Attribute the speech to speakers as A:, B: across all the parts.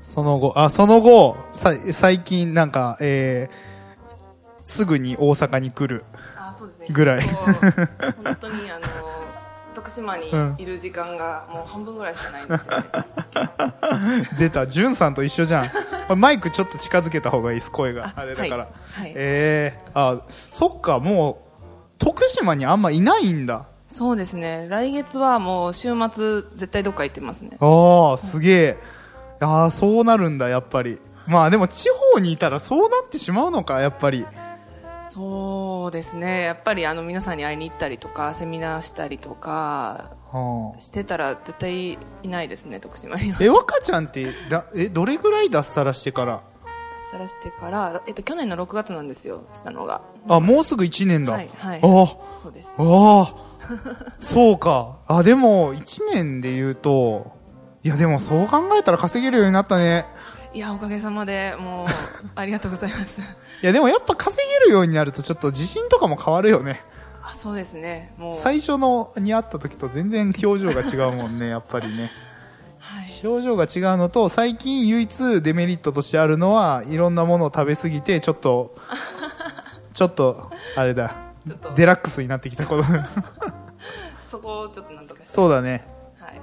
A: その後、あ、その後、さい最近なんか、えー、すぐに大阪に来る。
B: あ、そうですね。
A: ぐらい
B: こう本当に、あの、徳島にいる時間がもう半分ぐらいしかないんですよね。
A: 出た、じゅんさんと一緒じゃん。これマイクちょっと近づけた方がいいです、声が。あれだから。
B: はいはい
A: えー、あ、そっか、もう、徳島にあんまいないんだ。
B: そうですね。来月はもう週末、絶対どっか行ってますね。
A: ああ、すげえ。ああ、そうなるんだ、やっぱり。まあでも地方にいたらそうなってしまうのか、やっぱり。
B: そうですね。やっぱり、あの、皆さんに会いに行ったりとか、セミナーしたりとか、
A: はあ、
B: してたら絶対いないですね、徳島には。
A: え、若ちゃんって、だえ、どれぐらい脱サラしてから
B: さらしてから、えっと、去年の6月なんですよ、したのが。
A: あ、もうすぐ1年だ。
B: はいはい
A: あ
B: そうです
A: あ、。ああ、そうか。あ、でも、1年で言うと、いやでもそう考えたら稼げるようになったね。
B: いや、おかげさまで、もう、 ありがとうございます。
A: いやでもやっぱ稼げるようになるとちょっと自信とかも変わるよね。
B: あそうですね、もう、
A: 最初のに会った時と全然表情が違うもんね、やっぱりね。
B: はい、
A: 表情が違うのと、最近唯一デメリットとしてあるのは、いろんなものを食べすぎて、ちょっ と、ちょっと、あれだ
B: ちょっと、
A: デラックスになってきた こと。
B: そこをちょっとなんとかして、
A: そうだね。
B: はい、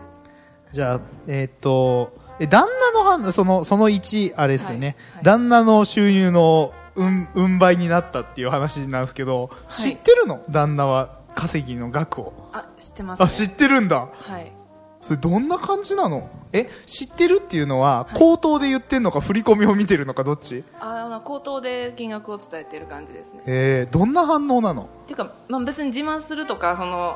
A: じゃあ、えーっと、え、旦那の話、その、その1、あれですよね。
B: はいはい
A: 旦那の収入の、うん、うん倍になったっていう話なんですけど、知ってるの旦那は稼ぎの額を。
B: あ知ってます、ね、
A: あ、知ってるんだ。
B: はい、
A: それどんな感じなのえ、知ってるっていうのは、口頭で言ってんのか、振り込みを見てるのか、どっち
B: あまあ口頭で金額を伝えてる感じですね。
A: えー、どんな反応なの
B: っていうか、まあ、別に自慢するとか、その、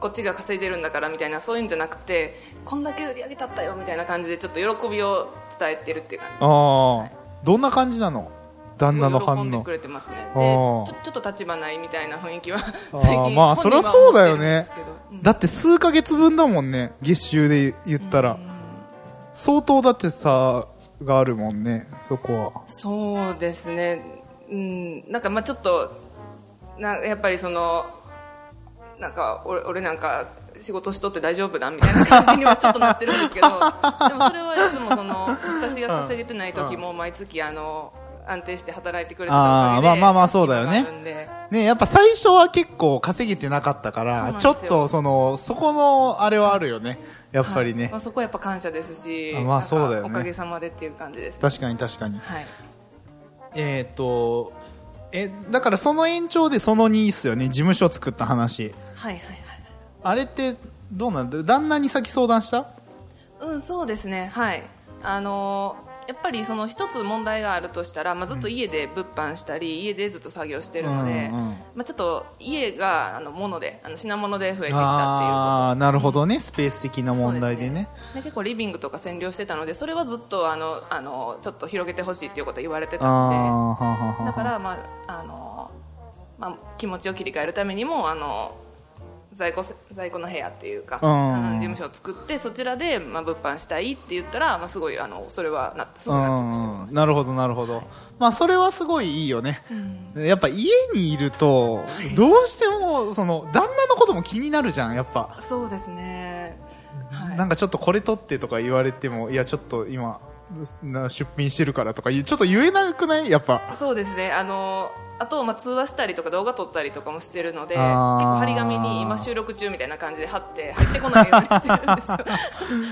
B: こっちが稼いでるんだからみたいな、そういうんじゃなくて、こんだけ売り上げたったよみたいな感じで、ちょっと喜びを伝えてるっていう感じ。
A: ああ、どんな感じなの旦那の
B: すご
A: 反
B: い喜んで
A: 応
B: く。れてますね。で、ち
A: あー
B: ょちょっと立場ないみたいな雰囲気は、
A: ー
B: 最 近、
A: まあ
B: 本人は
A: そりゃそうだよね
B: 思ってるんですけどうん
A: だって数ヶ月分だもんね、月収で言ったら。相当だって差があるもんね、そこは。
B: そうですね、うん、なんかまあちょっとなやっぱりそのなんか俺俺なんか仕事しとって大丈夫だみたいな感じにはちょっとなってるんで すけどでもそれはいつもその私が稼げてない時も毎月あの安定して働いてくれてたおかげで
A: あーまあまあまあそうだよね
B: 今があるんで
A: ねやっぱ最初は結構稼げてなかったか
B: そうなん
A: ら、
B: です
A: ちょ
B: よ
A: っとその、そこのあれはあるよね。やっぱり
B: はい
A: ね
B: まあ、。そこはやっぱ感謝ですし
A: あまあそうだよね
B: なんかおかげさまでっていう感じです、
A: 確かに確かに。
B: はい、
A: えっ、と、え、だからその延長でその2っすよね、事務所作った話。
B: はいはいはい
A: あれって、どうなんだ旦那に先相談した
B: うん、そうですね、はい。あのーやっぱりその一つ問題があるとしたら、まあ、ずっと家で物販したり、家でずっと作業してるので、
A: うんうん
B: まあ、ちょっと家があの物であの品物で増えてきたっていう
A: あ
B: こ
A: あなるほどねスペース的な
B: と
A: 問題でね
B: そうすで結構リビングとか占領してたのでそれはずっとあのあのちょっと広げてほしいっていうことは言われてたので
A: あーはあはあはあ
B: だから、まああのまあ、気持ちを切り替えるためにもあの在庫せ在庫の部屋っていうか、
A: うん
B: あの事務所を作ってそちらで、まあ、物販したいって言ったら、まあ、すごいあのそれはなすぐ納得してもらえま
A: うんなるほどなるほど、まあそれはすごいいいよね、やっぱ家にいるとどうしてもその旦那のことも気になるじゃんやっぱ、
B: すそうですね、はい、
A: なんかちょっとこれ取ってとか言われてもいやちょっと今な出品してるからとか言うちょっと言えなくないやっぱ
B: そうですねあのあと、まあ、通話したりとか動画撮ったりとかもしてるので結
A: あー
B: 構張り紙に今収録中みたいな感じで貼って入ってこないようにしてるんで すよ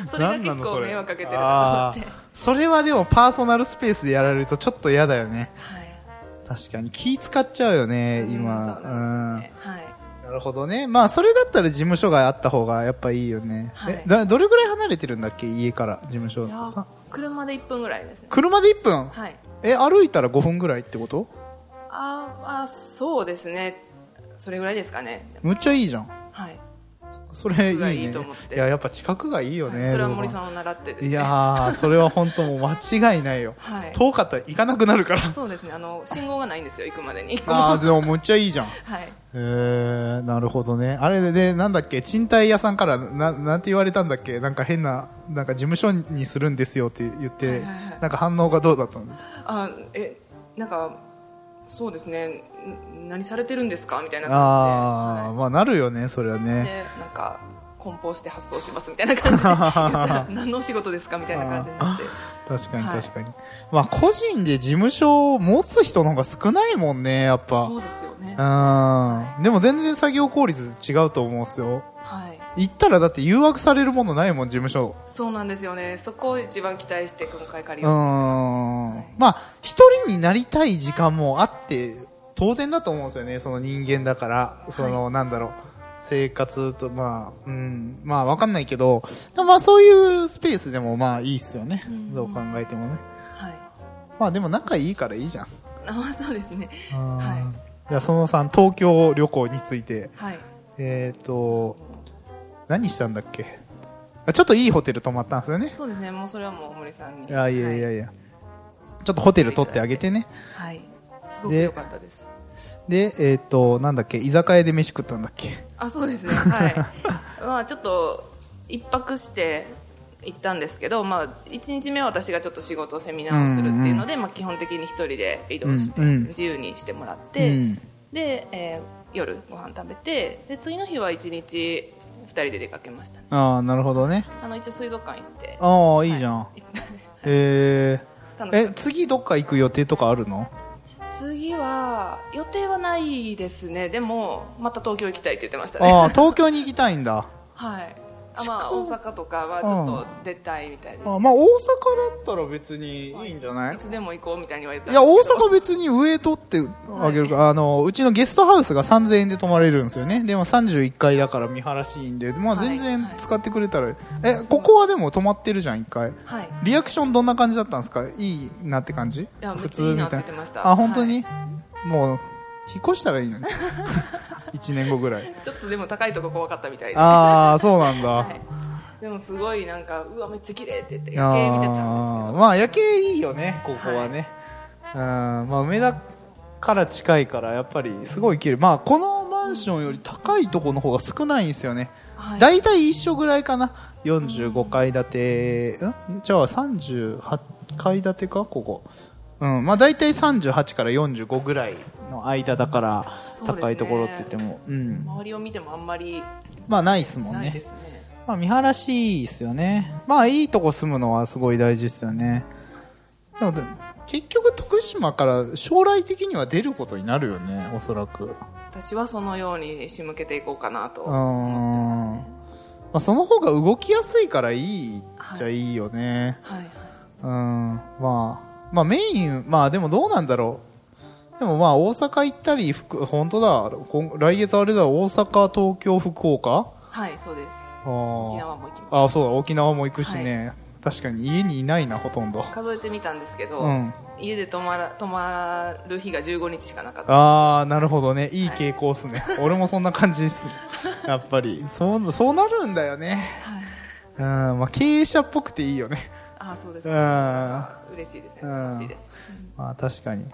B: それが
A: な
B: 結
A: んなの
B: 構
A: それ
B: 迷惑かけてるなと思って、
A: あーそれはでもパーソナルスペースでやられるとちょっと嫌だよね
B: はい
A: 確かに気使っちゃうよね今、
B: うんそうなんですよね、はい
A: うんなるほどねまあそれだったら事務所があった方がやっぱいいよね、
B: はい
A: えだどれぐらい離れてるんだっけ家から事務所
B: いや
A: さ
B: 車で1分ぐらいですね
A: 車で1分
B: はい
A: え歩いたら5分ぐらいってこと
B: あーあそうですねそれぐらいですかね
A: むっちゃいいじゃん
B: はい、
A: それいい
B: 近くが
A: ね
B: いいと思って
A: ややっぱ近くがいいよね、
B: はいそれは森
A: ん
B: さんを習ってですね
A: いやーそれは本当もう間違いないよ、
B: はい
A: 遠かったら行かなくなるから
B: そうですねあの信号がないんですよ行くまでに
A: ああ
B: は
A: でもむっちゃいいじゃん
B: い
A: えー、なるほどね。あれで、でなんだっけ、賃貸屋さんから、な、なんて言われたんだっけ、なんか変な、なんか事務所にするんですよって言って、
B: はいはいはい
A: なんか反応がどうだったの
B: あえなんかそうですねん何されてるんですかみたいな
A: あ
B: 感
A: あー、
B: じ
A: まあなるよね、それは
B: で、はい、
A: ね。
B: でなんか梱包して発送しますみたいな感じ で言ったら何のお仕事ですかみたいな感じになって
A: 確かに
B: はい
A: 確かに。まあ個人で事務所を持つ人の方が少ないもんね、やっぱ。
B: そうですよね
A: うん。でも全然作業効率違うと思うんすよ。
B: はい
A: 行ったらだって誘惑されるものないもん、事務所。
B: そうなんですよねそこを一番期待して今回借り
A: う
B: よう
A: ーん
B: い
A: まあ、一人になりたい時間もあって、当然だと思うんですよね、その人間だから、その、なんだろう、生活と、まあ、うん、まあ、わかんないけど、でもまあ、そういうスペースでも、まあ、いいっすよね、
B: うん
A: どう考えてもね。
B: はい
A: まあ、でも、仲いいからいいじゃん。
B: あそうですね
A: うん
B: は
A: じゃあ、その3、東京旅行について、
B: はい
A: えっ、と、何したんだっけあちょっといいホテル泊まったんですよね。
B: そうですねもうそれはもう森さんに
A: いやいやいやいや、ちょっとホテル取ってあげてね。
B: はい、はい、すごく
A: で
B: 良かったです
A: で、えっ、と、なんだっけ、居酒屋で飯食ったんだっけ。
B: あそう ですねはいまあちょっと一泊して行ったんですけど、まあ、1日目は私がちょっと仕事セミナーをするっていうので、まあ、基本的に一人で移動して、
A: うんうん
B: 自由にしてもらって、
A: うん
B: で、えー夜ご飯食べてで次の日は1日2人で出かけましたね
A: ああ、なるほどね。
B: あの一応水族館行って
A: ああ、いいじゃん。 え
B: 楽
A: ー、
B: し
A: え
B: かっ、
A: 次どっか行く予定とかある の
B: た次は予定はないですねでもまた東京行きたいって言ってましたね
A: ああ、東京に行きたいんだ。
B: はい。あまあ、
A: 近い
B: 大阪とかはちょっと出たいみたいです。
A: あまあ、大阪だったら別にいいんじゃない
B: いつでも行こうみたいには言った
A: い
B: ん
A: や、大
B: ですけど
A: 阪別に上取ってあげるから、あの、うちのゲストハウスが3000円で泊まれるんですよね。でも31階だから見晴らしいんで、まあ
B: はい
A: 全然使ってくれたら、え、ここはでも泊まってるじゃん、1回。
B: はい。
A: リアクションどんな感じだったんですかいいなって感じ
B: や
A: 普
B: め
A: 通
B: っちゃいいな
A: み
B: って
A: たい
B: 言ってました
A: あ、本当に、もう、引っ越したらいいのに。1年後ぐらい。
B: ちょっとでも高いとこ怖かったみたいで。
A: ああ、そうなんだ。
B: でもすごいなんか、うわ、めっちゃ綺麗って言って
A: あ
B: 夜景見てた
A: ー
B: んです
A: まあ夜景いいよね、ここはね。うん、まあ梅田から近いから、やっぱりすごい綺麗。まあこのマンションより高いとこの方が少ないんですよね。
B: けど。はい。
A: 大体一緒ぐらいかな。45階建て、んじゃあ38階建てかここ。うん。まあ大体38から45ぐらいの間だから、
B: そうですね
A: 高いところって言っても、うん。
B: 周りを見てもあんまり
A: まあないっすもん
B: ないで
A: ね。
B: すね。
A: まあ見晴らしいっすよね。まあいいとこ住むのはすごい大事っすよね。でもでも結局徳島から将来的には出ることになるよね、おそらく。
B: 私はそのように仕向けていこうかなと
A: うん。
B: 思ってますね。
A: まあその方が動きやすいからいいっちゃいいよね。
B: はいはい。
A: うん、まあ、まあメイン、まあでもどうなんだろう。でもまあ大阪行ったり、福本当だ、今来月あれだ、大阪、東京、福岡
B: はい、そうです。
A: あ
B: 沖
A: ー
B: 縄も行きます。
A: あー、そうだ、沖縄も行くしね。確かに家にいないな、ほとんど。
B: 数えてみたんですけど、
A: うん。
B: 家で泊まら泊まる日が15日しかなかった
A: ああ、なるほどね。いい傾向っ すね。俺もそんな感じっする。やっぱり、そう、そうなるんだよね。うん、まあ経営者っぽくていいよね。
B: あそうです
A: うん
B: ね。なんか嬉しいですね。
A: うん
B: 楽しいです。
A: まあ確かに。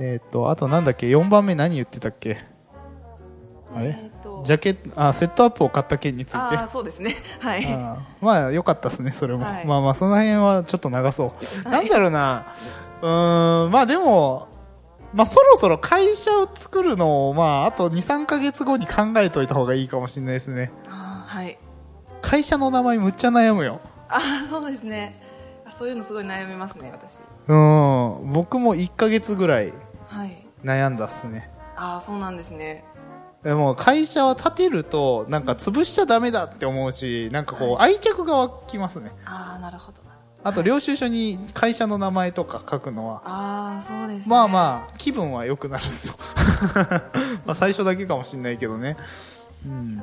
A: えっと、あとなんだっけ、4番目何言ってたっけあれ
B: えーと
A: ジャケット、あ、セットアップを買った件について。
B: ああそうですね はい
A: あーまあ良かったですねそれも、
B: はい
A: まあまあその辺はちょっと流そう、なんだろうなうーんまあでもまあそろそろ会社を作るのをまああと23ヶ月後に考えといた方がいいかもしれないですね
B: あーはい
A: 会社の名前むっちゃ悩むよ
B: ああそうですねあそういうのすごい悩みますね私
A: うん僕も1ヶ月ぐらい
B: はい
A: 悩んだっすね
B: ああそうなんですね
A: でも会社は立てるとなんか潰しちゃダメだって思うしなんかこう愛着が湧きますね
B: ああなるほど
A: あと領収書に会社の名前とか書くのは
B: ああそうですね
A: まあ
B: あ
A: まあ、気分は良くなるっすよ。まあ最初だけかもしんないけどね。うん。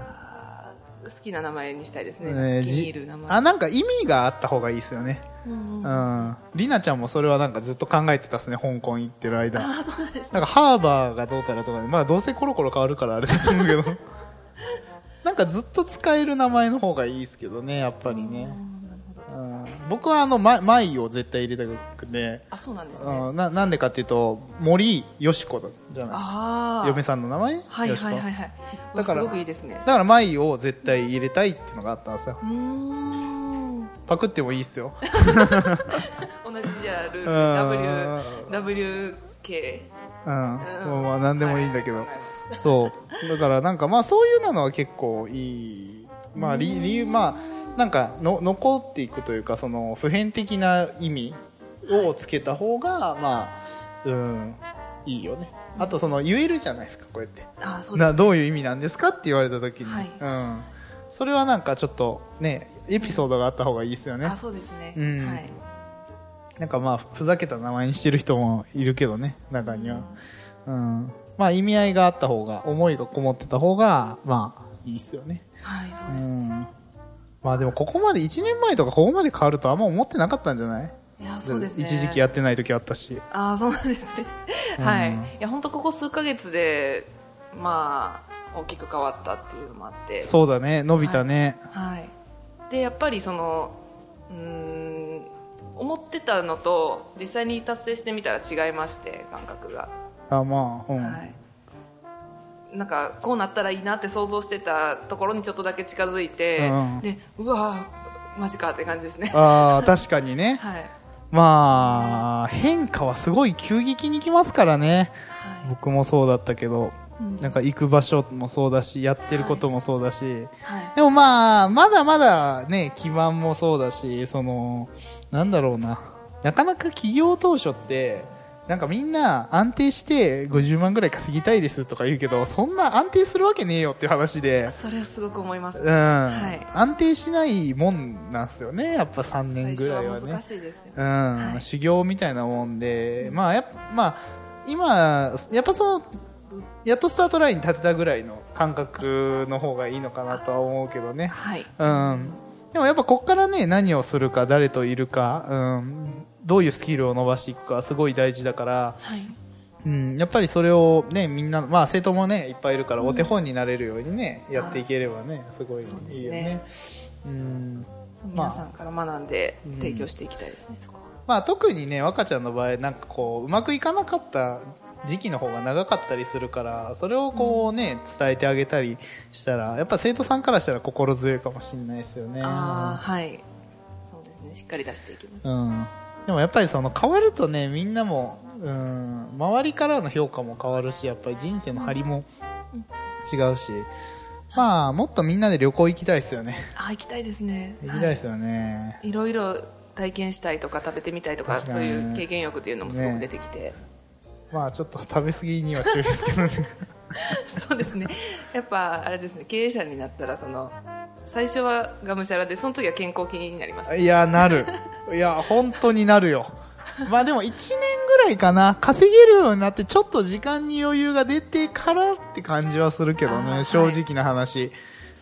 B: 好きな名前にしたいですね
A: ね
B: 気に入る
A: じ
B: 名前
A: あ、なんか意味があった方がいいっすよね。
B: うんう、
A: うんん。
B: あ
A: りなちゃんもそれはなんかずっと考えてたっすね、香港行ってる間。
B: あそうなんです
A: な
B: ね
A: んかハーバーがどうたらとかね、まあどうせコロコロ変わるからあれだと思うけど。なんかずっと使える名前の方がいいっすけどね、やっぱりね。
B: うんなるほど
A: うん。僕はあの、ま、マイを絶対入れたくて、
B: あそうなんですね
A: うん、ななんでかっていうと、森よしこだじゃないですか。
B: ああ
A: 嫁さんの名前
B: はい
A: よしこ
B: はいはいはい
A: だから
B: すごくいいですね
A: だから舞を絶対入れたいっていうのがあったんですよ
B: うーん
A: パクってもいいっすよ
B: 同じじゃあル
A: う
B: ー
A: ん
B: ル WWK
A: うん
B: うん
A: まあ何でもいいんだけ
B: はい
A: どそうだからなんかまあそういうのは結構いいまあ理理由まあなんかの残っていくというかその普遍的な意味をつけた方がまあうんいいよねあとその言えるじゃないですかこうやって
B: あそうで
A: な
B: す
A: どういう意味なんですかって言われた時に、
B: はい
A: うん、それはなんかちょっとねエピソードがあった方がいいですよね
B: あそうですね
A: うん
B: はい
A: なんかまあ、ふざけた名前にしてる人もいるけどね、中には。うん。まあ、意味合いがあった方が、思いがこもってた方が、まあ、いいっすよね。
B: はいそう
A: う
B: です
A: ん。まあでも、ここまで、1年前とかここまで変わるとあんま思ってなかったんじゃない
B: いやそうですね
A: 一時期やってない時あったし。
B: ああそうなんですねはいいや本当ここ数ヶ月でまあ大きく変わったっていうのもあって
A: そうだね、伸びたね。
B: はい、でやっぱりそのうーん思ってたのと実際に達成してみたら違いまして感覚が、
A: あ、まあ、うん。
B: はい、なんかこうなったらいいなって想像してたところにちょっとだけ近づいて、
A: うん
B: でうわーマジかって感じですね、
A: ああ、確かに ね。
B: はい
A: まあ、変化はすごい急激に来ますからね。
B: はい
A: 僕もそうだったけど。
B: うん
A: なんか行く場所もそうだし、やってることもそうだし、
B: はい
A: でもまあ、まだまだね、基盤もそうだし、その、なんだろうな。なかなか企業当初って、なんかみんな安定して50万ぐらい稼ぎたいですとか言うけど、そんな安定するわけねえよっていう話で、
B: それはすごく思います
A: うん、
B: はい
A: 安定しないもんなんすよね、やっぱ3年ぐらいは
B: 最初は難
A: ね。
B: しいですよ
A: う
B: ね、
A: ん、
B: はい
A: 修行みたいなもんで、まあやっぱ、まあ、今、やっぱその、やっとスタートラインに立てたぐらいの感覚の方がいいのかなとは思うけどね。
B: はい
A: うん。でもやっぱこっからね、何をするか、誰といるか、うん、どういうスキルを伸ばしていくか、すごい大事だから、
B: はい
A: うん、やっぱりそれをね、みんな、まあ生徒もね、いっぱいいるから、お手本になれるようにね、やっていければね、すごいいい
B: そうです
A: よね
B: ね。
A: うん。
B: そう皆さんから学んで提供していきたいですね、そこは
A: まあ特にね、若ちゃんの場合、なんかこう、うまくいかなかった時期の方が長かったりするから、それをこうね、伝えてあげたりしたら、やっぱ生徒さんからしたら心強いかもしれないですよね。
B: ああはいそうですねしっかり出していきます、
A: うん、でもやっぱりその変わるとねみんなも、うん、周りからの評価も変わるしやっぱり人生の張りも違うし、まあもっとみんなで旅行行きたいですよね
B: あ行きたいですね
A: 行きたいですよね、
B: いろいろ体験したいとか食べてみたいとか
A: 確
B: そ
A: か
B: う
A: に
B: いう経験欲っていうのもすごく出てきて、
A: まあちょっと食べ過ぎには注意ですけどね
B: そうですねやっぱあれですね経営者になったらその最初はがむしゃらでその次は健康気になります
A: いやなるいや本当になるよまあでも1年ぐらいかな稼げるようになってちょっと時間に余裕が出てからって感じはするけど
B: あーは
A: ね
B: い
A: 正直な話、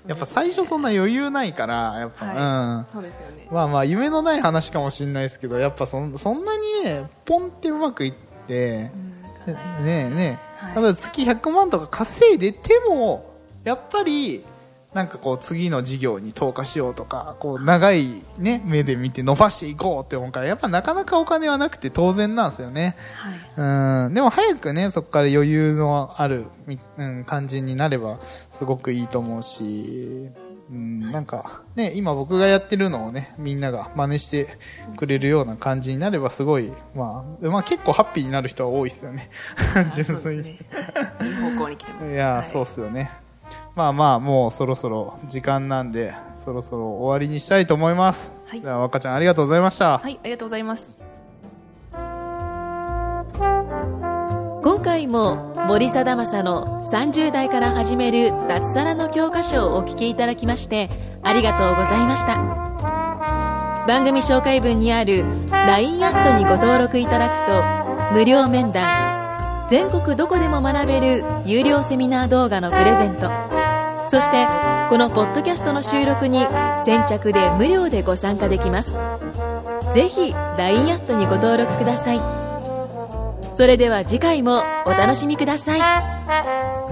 A: やっぱ最初そんな余裕ないからやっぱ、
B: は
A: うん
B: そうですよね
A: まあまあ夢のない話かもしれないですけどやっぱそんそんなにねポンってうまくいって
B: うん行
A: ね
B: かない
A: ねえねえ、
B: はい
A: ただ月100万とか稼いでてもやっぱりなんかこう次の事業に投下しようとか、こう長いね、目で見て伸ばしていこうって思うから、やっぱなかなかお金はなくて当然なんですよね。うん、でも早くね、そこから余裕のある、みうん、感じになれば、すごくいいと思うし、うん、なんか、ね、今僕がやってるのをね、みんなが真似してくれるような感じになればすごい、まあ、まあ結構ハッピーになる人は多いですよね。 純粋に。
B: いい方向に来てます
A: いやー、
B: はい
A: そうっすよね。まあまあ、もうそろそろ時間なんで、そろそろ終わりにしたいと思います。
B: はい
A: じゃあ、若ちゃんありがとうございました。
B: はいありがとうございます
C: 今回も森貞正の30代から始める脱サラの教科書をお聞きいただきましてありがとうございました番組紹介文にある LINE アットにご登録いただくと無料面談全国どこでも学べる有料セミナー動画のプレゼントそしてこのポッドキャストの収録に先着で無料でご参加できますぜひ LINE アットにご登録くださいそれでは次回もお楽しみください